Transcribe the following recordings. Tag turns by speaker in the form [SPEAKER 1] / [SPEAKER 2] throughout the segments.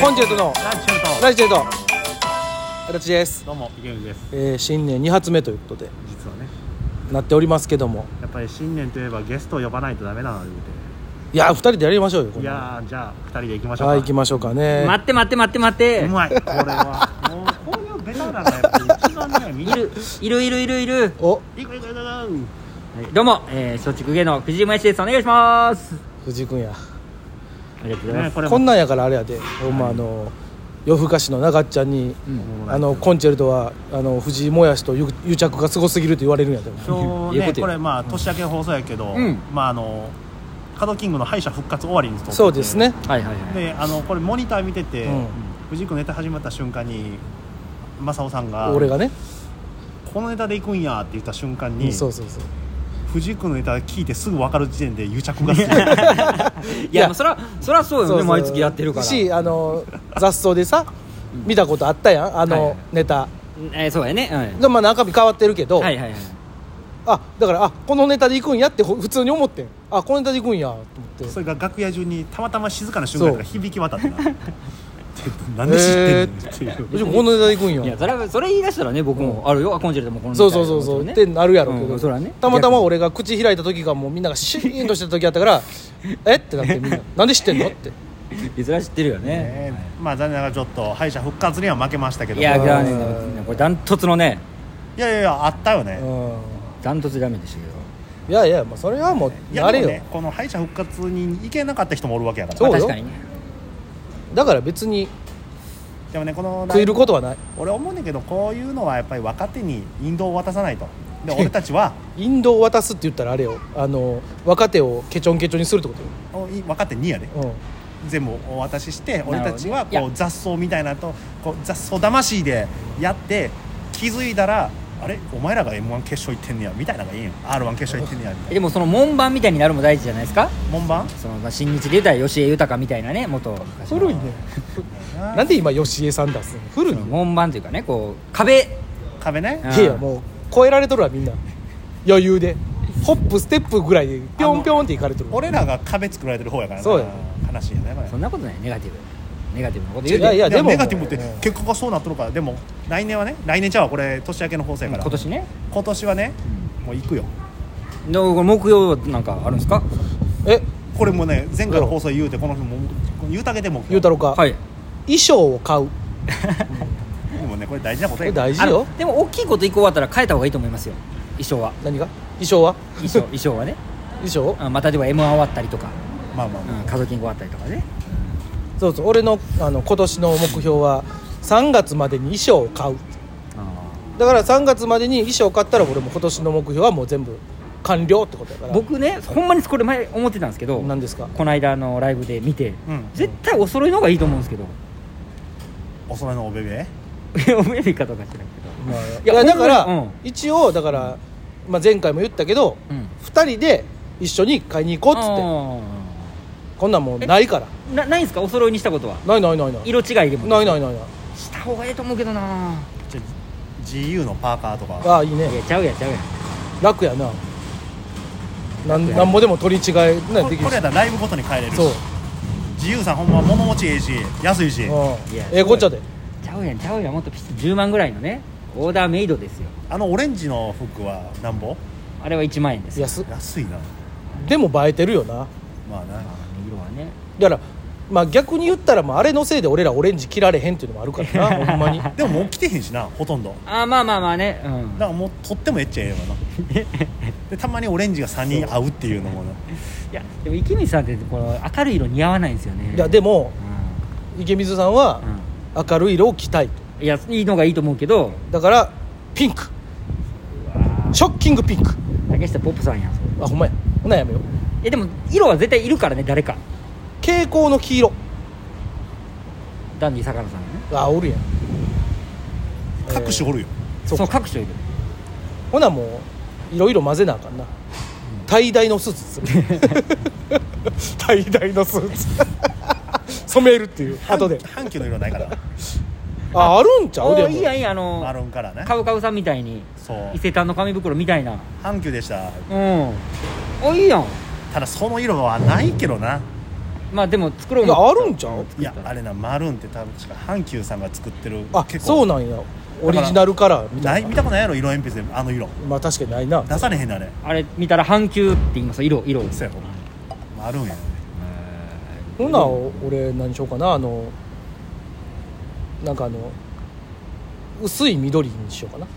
[SPEAKER 1] コンチェルトの
[SPEAKER 2] ラジチェルト
[SPEAKER 1] ラジチェルト私です、
[SPEAKER 2] どうも池上です
[SPEAKER 1] えー、新年2発目ということで
[SPEAKER 2] 実はね
[SPEAKER 1] なっておりますけども
[SPEAKER 2] やっぱり新年といえばゲストを呼ばないとダメなので
[SPEAKER 1] いやー2人でやりましょうよこ
[SPEAKER 2] い
[SPEAKER 1] れ
[SPEAKER 2] やーじゃあ二人で行きましょうか
[SPEAKER 1] はい行きましょうかね
[SPEAKER 3] 待って待って待って待っ
[SPEAKER 2] う
[SPEAKER 3] て
[SPEAKER 2] まいこれはもうこういうベタなのがやっぱり一番ね見
[SPEAKER 3] いるいるいるいるいる、はい
[SPEAKER 1] お
[SPEAKER 2] いくいくいくいく
[SPEAKER 3] どうもえー、松竹芸能藤井真一ですお願いします
[SPEAKER 1] 藤井君や
[SPEAKER 3] ありがとうございま
[SPEAKER 2] ね
[SPEAKER 3] す、
[SPEAKER 2] これ
[SPEAKER 1] こん
[SPEAKER 2] も
[SPEAKER 1] なんやからあれやでほんまあの夜更かしの長っちゃんに
[SPEAKER 3] うん
[SPEAKER 1] あのコンチェルトはあの藤井もやしと癒癒着がすごすぎると言われるんやでも
[SPEAKER 2] そう
[SPEAKER 3] いうこ
[SPEAKER 2] ね
[SPEAKER 3] とや
[SPEAKER 2] これまあ年明け放送やけど
[SPEAKER 3] うん
[SPEAKER 2] まああのカドキングの敗者復活終わりに撮ってて
[SPEAKER 1] そうですね
[SPEAKER 3] はいはいはい
[SPEAKER 2] であのこれモニター見てて
[SPEAKER 1] うん
[SPEAKER 2] 藤井君ネタ始まった瞬間に正雄さんが
[SPEAKER 1] 俺がね
[SPEAKER 2] このネタで行くんやって言った瞬間に
[SPEAKER 1] そうそうそう
[SPEAKER 2] 藤井君のネタ聞いてすぐ分かる時点で癒着がついて
[SPEAKER 3] いやまあそらそらそうよね
[SPEAKER 1] そうそう
[SPEAKER 3] 毎月やってるから
[SPEAKER 1] しあの雑草でさ見たことあったやんあ
[SPEAKER 3] はいは
[SPEAKER 1] の
[SPEAKER 3] い
[SPEAKER 1] ネタ
[SPEAKER 3] えー、そうやねう
[SPEAKER 1] でまあ中身変わってるけど、
[SPEAKER 3] んはいはいはい
[SPEAKER 1] あだからあこのネタで行くんやってほ普通に思ってんあこのネタで行くんやと思って
[SPEAKER 2] それが楽屋中にたまたま静かな瞬間やから響き渡ってな でなんで知ってんのっていう
[SPEAKER 1] でもこのネタで行くん
[SPEAKER 3] いや
[SPEAKER 1] や
[SPEAKER 3] それはそれ言い出したらね僕もあるよあコンチェルトもこの
[SPEAKER 1] そうそうそうそう、ってなるやろうけど、
[SPEAKER 3] うんそらね
[SPEAKER 1] たまたま俺が口開いた時がもうみんながシーンとしてた時やったから 「えっ?」てなってみんな「なんで知ってんの?」って
[SPEAKER 3] いずれ知ってるよね
[SPEAKER 2] ねまあ残念ながらちょっと敗者復活には負けましたけど
[SPEAKER 3] い
[SPEAKER 2] もいや
[SPEAKER 3] や
[SPEAKER 2] い
[SPEAKER 3] いやねこれダントツのね
[SPEAKER 2] やいやあったよ
[SPEAKER 1] う
[SPEAKER 2] ね
[SPEAKER 1] ん
[SPEAKER 3] ダントツダメでしたけど
[SPEAKER 1] いやいや、まあ、それはもう
[SPEAKER 2] いや
[SPEAKER 1] 慣れ
[SPEAKER 2] でも
[SPEAKER 1] よ、
[SPEAKER 2] ねこの敗者復活に行けなかった人もおるわけやから
[SPEAKER 1] そうよ
[SPEAKER 3] まあ確かにね
[SPEAKER 1] だから別に
[SPEAKER 2] でもねこの
[SPEAKER 1] 食いることはない
[SPEAKER 2] 俺思うねんだけどこういうのはやっぱり若手に引導を渡さないとで俺たちは
[SPEAKER 1] インドを渡すって言ったらあれよあの若手をケチョンケチョンにするってこと
[SPEAKER 2] おい若手にやで
[SPEAKER 1] よ、うん
[SPEAKER 2] 全部お渡しして俺たちは
[SPEAKER 3] なる
[SPEAKER 2] こ
[SPEAKER 3] ほどねいう
[SPEAKER 2] 雑草みたいなとこう雑草魂でやって気づいたらあれお前らが m 1決勝行ってんねやみたいなのがいいん r 1決勝行ってんねやみたい
[SPEAKER 3] えでもその門番みたいになるも大事じゃないですか
[SPEAKER 2] な門番
[SPEAKER 3] その、まあ、新日で言うたら吉江豊みたいなね元
[SPEAKER 1] 古いね なんで今吉江さん出すの古いよ
[SPEAKER 3] 門番というかねこう壁
[SPEAKER 2] 壁ね
[SPEAKER 3] うん
[SPEAKER 1] いやいやもう超えられとるわみんな余裕でホップステップぐらいでピョンピョンっていかれとる
[SPEAKER 2] 俺らが壁作られてる方やからな
[SPEAKER 1] そうよ
[SPEAKER 2] 悲しいよねこれ
[SPEAKER 3] そんなことないネガティブネガティブなこと
[SPEAKER 1] い
[SPEAKER 3] 言うて
[SPEAKER 1] やいやでも
[SPEAKER 2] ネガティブって
[SPEAKER 1] うん
[SPEAKER 2] 結果がそうなっとるからでも来年はね来年ちゃうわこれ年明けの放送やから
[SPEAKER 3] 今年ね
[SPEAKER 2] 今年はねもう行くよ
[SPEAKER 3] でこれ木曜なんかあるんですか
[SPEAKER 1] え
[SPEAKER 2] これもね前回の放送言うてこの人も言うたげても
[SPEAKER 1] 言うたろか、
[SPEAKER 3] はい
[SPEAKER 1] 衣装を買う
[SPEAKER 2] でもねこれ大事なこと
[SPEAKER 1] こ
[SPEAKER 2] や
[SPEAKER 1] れ
[SPEAKER 2] けど
[SPEAKER 1] 大事
[SPEAKER 3] あ
[SPEAKER 1] よ
[SPEAKER 3] のでも大きいこと一個終わったら変えた方がいいと思いますよ衣装は
[SPEAKER 1] 何が衣装は
[SPEAKER 3] 衣装衣装はね
[SPEAKER 1] 衣装
[SPEAKER 3] あまたでは m 1終わったりとか、
[SPEAKER 2] まあまあま
[SPEAKER 3] うん、家族金終わったりとかね
[SPEAKER 1] そうそう俺のあの今年の目標は3月までに衣装を買うだから3月までに衣装を買ったら俺も今年の目標はもう全部完了ってことやから
[SPEAKER 3] 僕ねほんまにこれ前思ってたんですけど
[SPEAKER 1] 何ですか
[SPEAKER 3] この間のライブで見て、
[SPEAKER 2] うん
[SPEAKER 3] 絶対お揃いの方がいいと思うんですけど
[SPEAKER 2] あお揃いのおべべ
[SPEAKER 3] おめでかとかしなくて
[SPEAKER 1] まあい
[SPEAKER 3] いや
[SPEAKER 1] やだから、
[SPEAKER 3] ほんまにうん
[SPEAKER 1] 一応だから、まあ、前回も言ったけど、
[SPEAKER 3] うん
[SPEAKER 1] 二人で一緒に買いに行こうっつってこんなんもうないから
[SPEAKER 3] てなないんですかお揃いにしたことは
[SPEAKER 1] ないないないない
[SPEAKER 3] 色違いでも
[SPEAKER 1] ないないないない
[SPEAKER 3] した方がいいと思うけどな
[SPEAKER 2] じゃあ GU のパーカーとか
[SPEAKER 1] ああいいね
[SPEAKER 3] いやちゃうやんちゃうやん
[SPEAKER 1] 楽やななん
[SPEAKER 3] や
[SPEAKER 1] なんぼでも取り違え、ね、
[SPEAKER 2] こ
[SPEAKER 1] でき
[SPEAKER 2] れこ
[SPEAKER 1] る
[SPEAKER 2] れ
[SPEAKER 1] し
[SPEAKER 2] やったらライブごとに変えれるし
[SPEAKER 1] そう、
[SPEAKER 2] 自由さんほんま物持ちええし安いし
[SPEAKER 1] うん
[SPEAKER 3] いや、
[SPEAKER 1] ええこっちゃで
[SPEAKER 3] ちゃうやんちゃうやんもっとピシッ10万ぐらいのねオーダーメイドですよ
[SPEAKER 2] あのオレンジの服はなんぼ
[SPEAKER 3] あれは1万円ですよ
[SPEAKER 1] 安
[SPEAKER 2] 安いな
[SPEAKER 1] でも映えてるよな
[SPEAKER 2] まあな
[SPEAKER 3] 色はね
[SPEAKER 1] だからまあ逆に言ったら、まあ、あれのせいで俺らオレンジ着られへんっていうのもあるから なほんまに
[SPEAKER 2] でももう着てへんしなほとんど
[SPEAKER 3] あーまあまあまあねうん
[SPEAKER 2] だからもうとってもええっちゃええわ なでたまにオレンジが3人合うっていうのもない
[SPEAKER 3] やでも池水さんってこの明るい色似合わないんですよね
[SPEAKER 1] いやでも
[SPEAKER 3] う
[SPEAKER 1] 池水さんは
[SPEAKER 3] ん、
[SPEAKER 1] 明るい色を着たいと
[SPEAKER 3] うん、いやいいのがいいと思うけど
[SPEAKER 1] だからピンクショッキングピンク
[SPEAKER 3] 竹下ポップさんやんそれ
[SPEAKER 1] あほんまやほなやめよう
[SPEAKER 3] いやでも色は絶対いるからね誰か
[SPEAKER 1] 蛍光の黄色
[SPEAKER 3] ダンディ坂野さんがね
[SPEAKER 1] あおるやん
[SPEAKER 2] 各種おるよ、
[SPEAKER 1] そ
[SPEAKER 3] そう
[SPEAKER 1] か
[SPEAKER 3] の各所いる
[SPEAKER 1] ほなもういろいろ混ぜなあかんな 大大のスーツ する大大のスーツ染めるっていう後で
[SPEAKER 2] 半球の色ないから
[SPEAKER 1] ああるんちゃうで
[SPEAKER 3] お
[SPEAKER 1] も
[SPEAKER 3] ーいいやんいいやんあの
[SPEAKER 2] マロンからね
[SPEAKER 3] カウカウさんみたいに
[SPEAKER 2] そう
[SPEAKER 3] 伊勢丹の紙袋みたいな
[SPEAKER 2] 半球でした
[SPEAKER 3] うんあいいやん
[SPEAKER 2] ただその色はないけどな
[SPEAKER 3] まあでも作ろう
[SPEAKER 1] いや
[SPEAKER 3] も
[SPEAKER 1] あるんちゃう
[SPEAKER 2] いやあれなマルーンって多分確か阪急さんが作ってる
[SPEAKER 1] あそうなんやオリジナルカラーみた
[SPEAKER 2] ないい
[SPEAKER 1] な
[SPEAKER 2] 見たことないやろ色鉛筆であの色
[SPEAKER 1] まあ確かにないな
[SPEAKER 2] 出されへんねあれ
[SPEAKER 3] あれ見たら阪急って言います色色です
[SPEAKER 2] そうやろマルーンやね
[SPEAKER 1] ほな俺何しようかなあのなんかあの薄い緑にしようかな
[SPEAKER 3] あ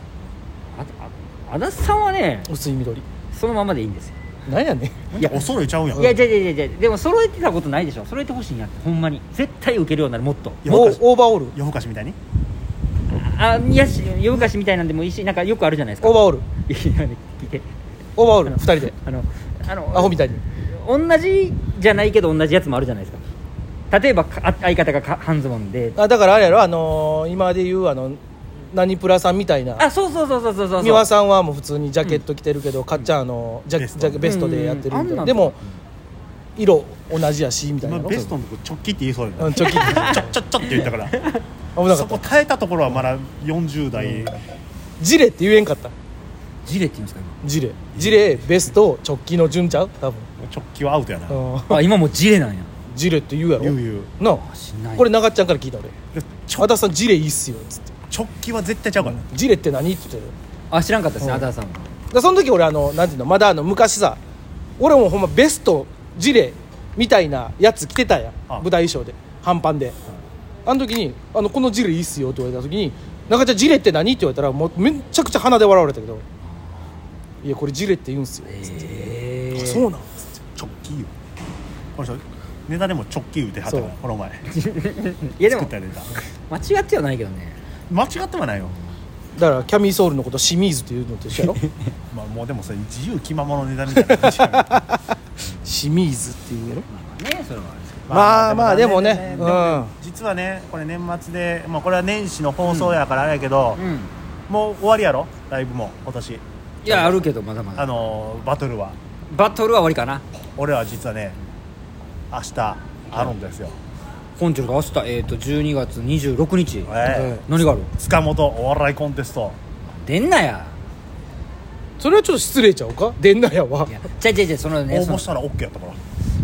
[SPEAKER 3] あ足立さんはね
[SPEAKER 1] 薄い緑
[SPEAKER 3] そのままでいいんですよ
[SPEAKER 1] なんやねん
[SPEAKER 2] いやお揃いちゃうやん
[SPEAKER 3] いやいやいやいやいやでも揃えてたことないでしょ揃えてほしいんやってほんまに絶対受けるようになるもっと
[SPEAKER 2] いや
[SPEAKER 1] も
[SPEAKER 2] おか
[SPEAKER 1] う
[SPEAKER 2] しい
[SPEAKER 1] オーバーオール
[SPEAKER 2] 夜更かしみたいに
[SPEAKER 3] あいやし夜更かしみたいなんでもいいしなんかよくあるじゃないですか
[SPEAKER 1] オーバーオール
[SPEAKER 3] いやいや聞いて
[SPEAKER 1] オーバーオー
[SPEAKER 3] あ
[SPEAKER 1] ル
[SPEAKER 3] の
[SPEAKER 1] 2人で
[SPEAKER 3] あのあの
[SPEAKER 1] アホみたいに
[SPEAKER 3] 同じじゃないけど同じやつもあるじゃないですか例えばかあ相方がか半ズボンで
[SPEAKER 1] あだからあれやろあのー今で言うあの何プラさんみたいな
[SPEAKER 3] あそうそうそうそうそうそう
[SPEAKER 1] 美輪さんはもう普通にジャケット着てるけど、かっちゃんあのジャ
[SPEAKER 2] ベ
[SPEAKER 1] ベ
[SPEAKER 2] スト
[SPEAKER 1] ジャケベストでやってるみた
[SPEAKER 3] う
[SPEAKER 1] い
[SPEAKER 3] んあんな
[SPEAKER 1] なんでも色同じやしみたいな
[SPEAKER 2] 今
[SPEAKER 1] の
[SPEAKER 2] ベストのとこチョッキって言いそうや
[SPEAKER 1] う
[SPEAKER 2] ね
[SPEAKER 1] ん ちょっと
[SPEAKER 2] ちょちょちょって言っ たから
[SPEAKER 1] 危なか
[SPEAKER 2] そ
[SPEAKER 1] っ
[SPEAKER 2] こ
[SPEAKER 1] た
[SPEAKER 2] 耐えたところはまだ40代、
[SPEAKER 1] ジレって言えんかった
[SPEAKER 3] ジレって言うんですか
[SPEAKER 1] ジレジレベスト直帰の順ちゃう多分、
[SPEAKER 2] 直球アウトやな、
[SPEAKER 1] うん、
[SPEAKER 3] 今あ今もうジレなんや
[SPEAKER 1] ジレって言うやろ
[SPEAKER 2] 言う言う
[SPEAKER 1] なあ
[SPEAKER 3] しない
[SPEAKER 1] これ長っちゃんから聞いた俺「
[SPEAKER 2] 直
[SPEAKER 1] 和田さんジレいいっすよ」っつって
[SPEAKER 2] 直球は絶対ちゃうから、ね
[SPEAKER 1] 「ジレって何?」って言ってる
[SPEAKER 3] あ知らんかったですね
[SPEAKER 1] うん
[SPEAKER 3] アダーさんも
[SPEAKER 1] だその時俺あのなんていうのまだあの昔さ俺もほんまベストジレみたいなやつ着てたやん
[SPEAKER 2] あ
[SPEAKER 1] 舞台衣装で半パンで、あの時にあの「このジレいいっすよ」って言われた時に「中ちゃんジレって何?」って言われたらもうめっちゃくちゃ鼻で笑われたけど「いやこれジレって言うんすよ」
[SPEAKER 3] え
[SPEAKER 1] あ
[SPEAKER 3] え
[SPEAKER 1] そうなん
[SPEAKER 2] 直球よこの人ネタでも直球打てはったから
[SPEAKER 1] そう
[SPEAKER 2] この前
[SPEAKER 3] いやで
[SPEAKER 2] 作っ
[SPEAKER 3] も
[SPEAKER 2] たネタ
[SPEAKER 3] 間違ってはないけどね
[SPEAKER 2] 間違ってはないよ、
[SPEAKER 1] だからキャミソールのことシミーズっていうのと一緒や ろ
[SPEAKER 2] まあ、もうでもそれ自由気ままのネタみたいな感じやから
[SPEAKER 1] シミーズっていうやろ
[SPEAKER 3] ねそれはあれですけ ど
[SPEAKER 1] まあまあでもね
[SPEAKER 2] でもね
[SPEAKER 1] うん
[SPEAKER 2] 実はねこれ年末で、まあ、これは年始の放送やからあれやけど、
[SPEAKER 3] うん
[SPEAKER 2] もう終わりやろライブも今年
[SPEAKER 3] いやあるけどまだま
[SPEAKER 2] あ
[SPEAKER 3] だ
[SPEAKER 2] のバトルは
[SPEAKER 3] バトルは終わりかな
[SPEAKER 2] 俺らは実はね明日あるんですよ、
[SPEAKER 3] コンチョルが明日えっと12月26日
[SPEAKER 2] え
[SPEAKER 3] 何がある
[SPEAKER 2] え塚本お笑いコンテスト
[SPEAKER 3] 出んなや
[SPEAKER 1] それはちょっと失礼ちゃうか出んなやはい
[SPEAKER 3] やちゃいちゃいちゃいその
[SPEAKER 2] 応
[SPEAKER 3] ねそ
[SPEAKER 2] 募
[SPEAKER 3] の
[SPEAKER 2] したら OK やったから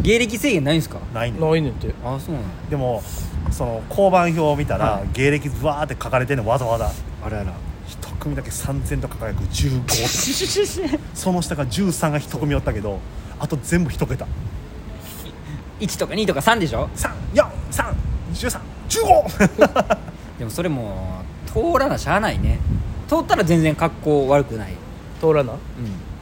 [SPEAKER 3] 芸歴制限ないんすか
[SPEAKER 2] ないねん
[SPEAKER 1] ないねんて
[SPEAKER 3] あそう なんや
[SPEAKER 2] でもその交番表を見たら、芸歴ぶわーって書かれてんのわざわざ
[SPEAKER 3] あらあら
[SPEAKER 2] 一組だけ3000と輝く15とその下が13が一組おったけどあと全部一桁
[SPEAKER 3] 1とか2とか3でしょ
[SPEAKER 2] 3431315
[SPEAKER 3] でもそれもう通らなしゃあないね通ったら全然格好悪くない、
[SPEAKER 1] 通らな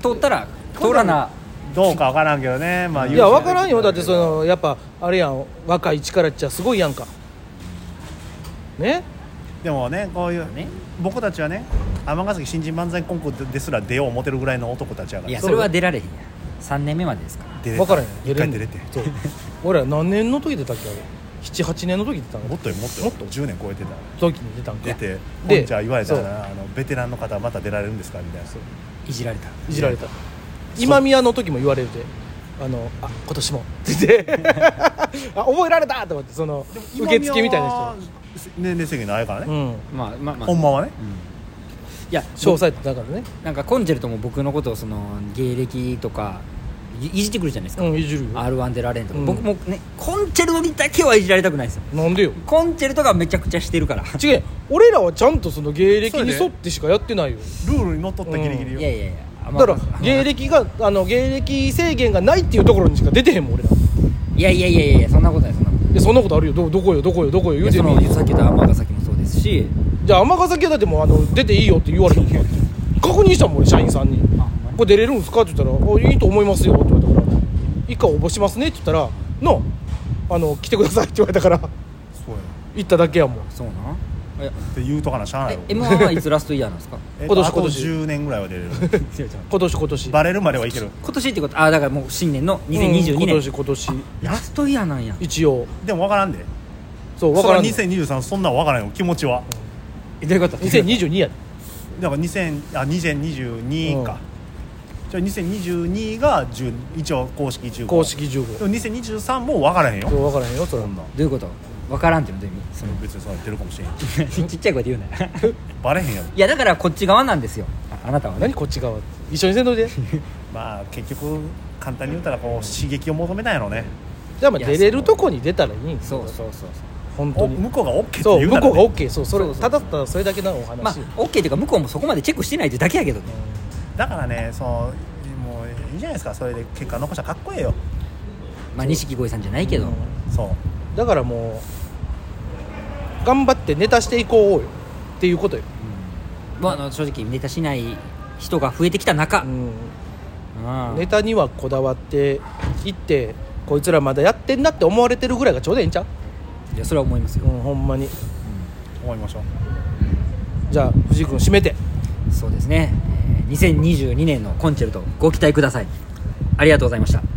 [SPEAKER 3] 通ったら通らな
[SPEAKER 2] どうかわからんけどねまあ
[SPEAKER 1] いや分からんよだってそのやっぱあれやん若い力っちゃすごいやんかね
[SPEAKER 2] でもねこういう
[SPEAKER 3] ね
[SPEAKER 2] 僕たちはね尼崎新人漫才コンクールですら出よう思てるぐらいの男たちやから
[SPEAKER 3] いや
[SPEAKER 1] そう
[SPEAKER 3] それは出られへんや3年目までですから
[SPEAKER 2] 出れた
[SPEAKER 1] 分からんよ
[SPEAKER 2] 一回出れて
[SPEAKER 1] そう俺ら何年の時出たっけあれ78年の時出た
[SPEAKER 2] も
[SPEAKER 1] の
[SPEAKER 2] っとよもっとよ
[SPEAKER 1] もっと
[SPEAKER 2] 10年超えてた
[SPEAKER 1] 時に出たんか
[SPEAKER 2] 出て
[SPEAKER 1] で
[SPEAKER 2] ほんじゃあ言われた
[SPEAKER 1] そう
[SPEAKER 2] らあのベテランの方はまた出られるんですかみたいない
[SPEAKER 3] じられた
[SPEAKER 1] いじられた今宮の時も言われるであのあ今年もって言って あ覚えられたと思ってその受付みたいな
[SPEAKER 2] 人年齢制限ないから
[SPEAKER 1] 人
[SPEAKER 2] ね、
[SPEAKER 1] うん
[SPEAKER 3] まあまあまあ
[SPEAKER 2] ほんまはね
[SPEAKER 3] うんいや
[SPEAKER 1] 詳細ってだからね
[SPEAKER 3] なんかコンジェルトも僕のことをその芸歴とかいいじってくるじゃないです
[SPEAKER 1] う
[SPEAKER 3] か、
[SPEAKER 1] んいじるよ
[SPEAKER 3] R1 出られんとか、
[SPEAKER 1] うん
[SPEAKER 3] 僕もねコンチェルトにだけはいじられたくないですよ
[SPEAKER 1] なんでよ
[SPEAKER 3] コンチェルトがめちゃくちゃしてるからい
[SPEAKER 1] 違う俺らはちゃんとその芸歴に沿ってしかやってないよ
[SPEAKER 2] ルールにのっとったギリギリよ、
[SPEAKER 3] やいやいやあまあ
[SPEAKER 1] だから芸歴があの芸歴制限がないっていうところにしか出てへんもん俺らい
[SPEAKER 3] いやいやいやいやそんなことないそんなことない
[SPEAKER 1] やそんなことあるよどどこよどこよどこよ
[SPEAKER 3] い
[SPEAKER 1] 言
[SPEAKER 3] や
[SPEAKER 1] うて
[SPEAKER 3] そ
[SPEAKER 1] み
[SPEAKER 3] のさっき言った尼崎もそうですし
[SPEAKER 1] じゃあ尼崎はだってもうあの出ていいよって言われたもんだって確認したもん俺社員さんに
[SPEAKER 3] あほん
[SPEAKER 1] 「
[SPEAKER 3] ま
[SPEAKER 1] これ出れるんですか?」って言ったらあ「いいと思いますよ」って言われたから「一回応募しますね」って言ったら「のあの来てください」って言われたから
[SPEAKER 2] そうや
[SPEAKER 1] 行っただけやもん
[SPEAKER 3] そうなんいや
[SPEAKER 2] って言うとかなしゃあないよ
[SPEAKER 3] え M1 はいつラストイヤーなんですか
[SPEAKER 2] えっ
[SPEAKER 1] 今
[SPEAKER 2] と
[SPEAKER 1] 年
[SPEAKER 2] あと
[SPEAKER 1] 今年
[SPEAKER 2] 10年ぐらいは出れる
[SPEAKER 1] 今年今年
[SPEAKER 2] バレるまではいける
[SPEAKER 3] 今年ってことあだからもう新年の
[SPEAKER 1] う
[SPEAKER 3] 2022
[SPEAKER 1] ん今年
[SPEAKER 3] 年
[SPEAKER 1] 今年
[SPEAKER 3] ラストイヤーなんや
[SPEAKER 1] 一応
[SPEAKER 2] でも分からんで
[SPEAKER 1] そう分
[SPEAKER 2] 分
[SPEAKER 1] か
[SPEAKER 2] からら
[SPEAKER 1] ん
[SPEAKER 2] ん
[SPEAKER 1] の
[SPEAKER 2] 2023そんなん分からんよ気持ちは
[SPEAKER 3] えどういうこと
[SPEAKER 1] 2022やで
[SPEAKER 2] だから2000あ2022か、じゃあ2022が10一応公式15
[SPEAKER 1] 公式
[SPEAKER 2] で
[SPEAKER 1] 15
[SPEAKER 2] も2023も分からへんよ
[SPEAKER 1] 分からへんよそれは
[SPEAKER 2] そんなん
[SPEAKER 3] どういうことわからんっていうのどういう
[SPEAKER 2] 別にそうやってるかもしれん
[SPEAKER 3] 意味その ちっちゃい声で言うなよ
[SPEAKER 2] バレへんやろ
[SPEAKER 3] いやだからこっち側なんですよああなたはね
[SPEAKER 1] 何こっち側一緒にせんといて
[SPEAKER 2] まあ結局簡単に言うたらこう刺激を求めたんやろうね
[SPEAKER 1] じゃあまあ出れるとこに出たらいいんです
[SPEAKER 3] そ
[SPEAKER 1] よ
[SPEAKER 3] うそうそうそう
[SPEAKER 1] 本当
[SPEAKER 2] お
[SPEAKER 1] に
[SPEAKER 2] 向こうが OK って
[SPEAKER 1] そう
[SPEAKER 2] 言う
[SPEAKER 1] 向
[SPEAKER 2] なら、
[SPEAKER 1] こ
[SPEAKER 2] ね、
[SPEAKER 1] うが OK そうそれ
[SPEAKER 3] そうそう
[SPEAKER 1] ただただそれだけのお話、
[SPEAKER 3] まあ OK というか向こうもそこまでチェックしてないってだけやけどね
[SPEAKER 2] だからねそうもういいじゃないですかそれで結果残したらかっこええよ
[SPEAKER 3] まあ錦鯉さんじゃないけど、
[SPEAKER 2] そう
[SPEAKER 1] だからもう頑張ってネタしていこうよっていうことよ、
[SPEAKER 3] まああの正直ネタしない人が増えてきた中、
[SPEAKER 1] うん
[SPEAKER 3] うん
[SPEAKER 1] ネタにはこだわっていってこいつらまだやってんなって思われてるぐらいがちょうどええんちゃう、
[SPEAKER 3] いやそれは思いますよ
[SPEAKER 1] う、ん、ほんまに
[SPEAKER 2] 思いましょう
[SPEAKER 1] じゃあ藤井君締めて
[SPEAKER 3] そうですね、えー2022年のコンチェルトご期待くださいありがとうございました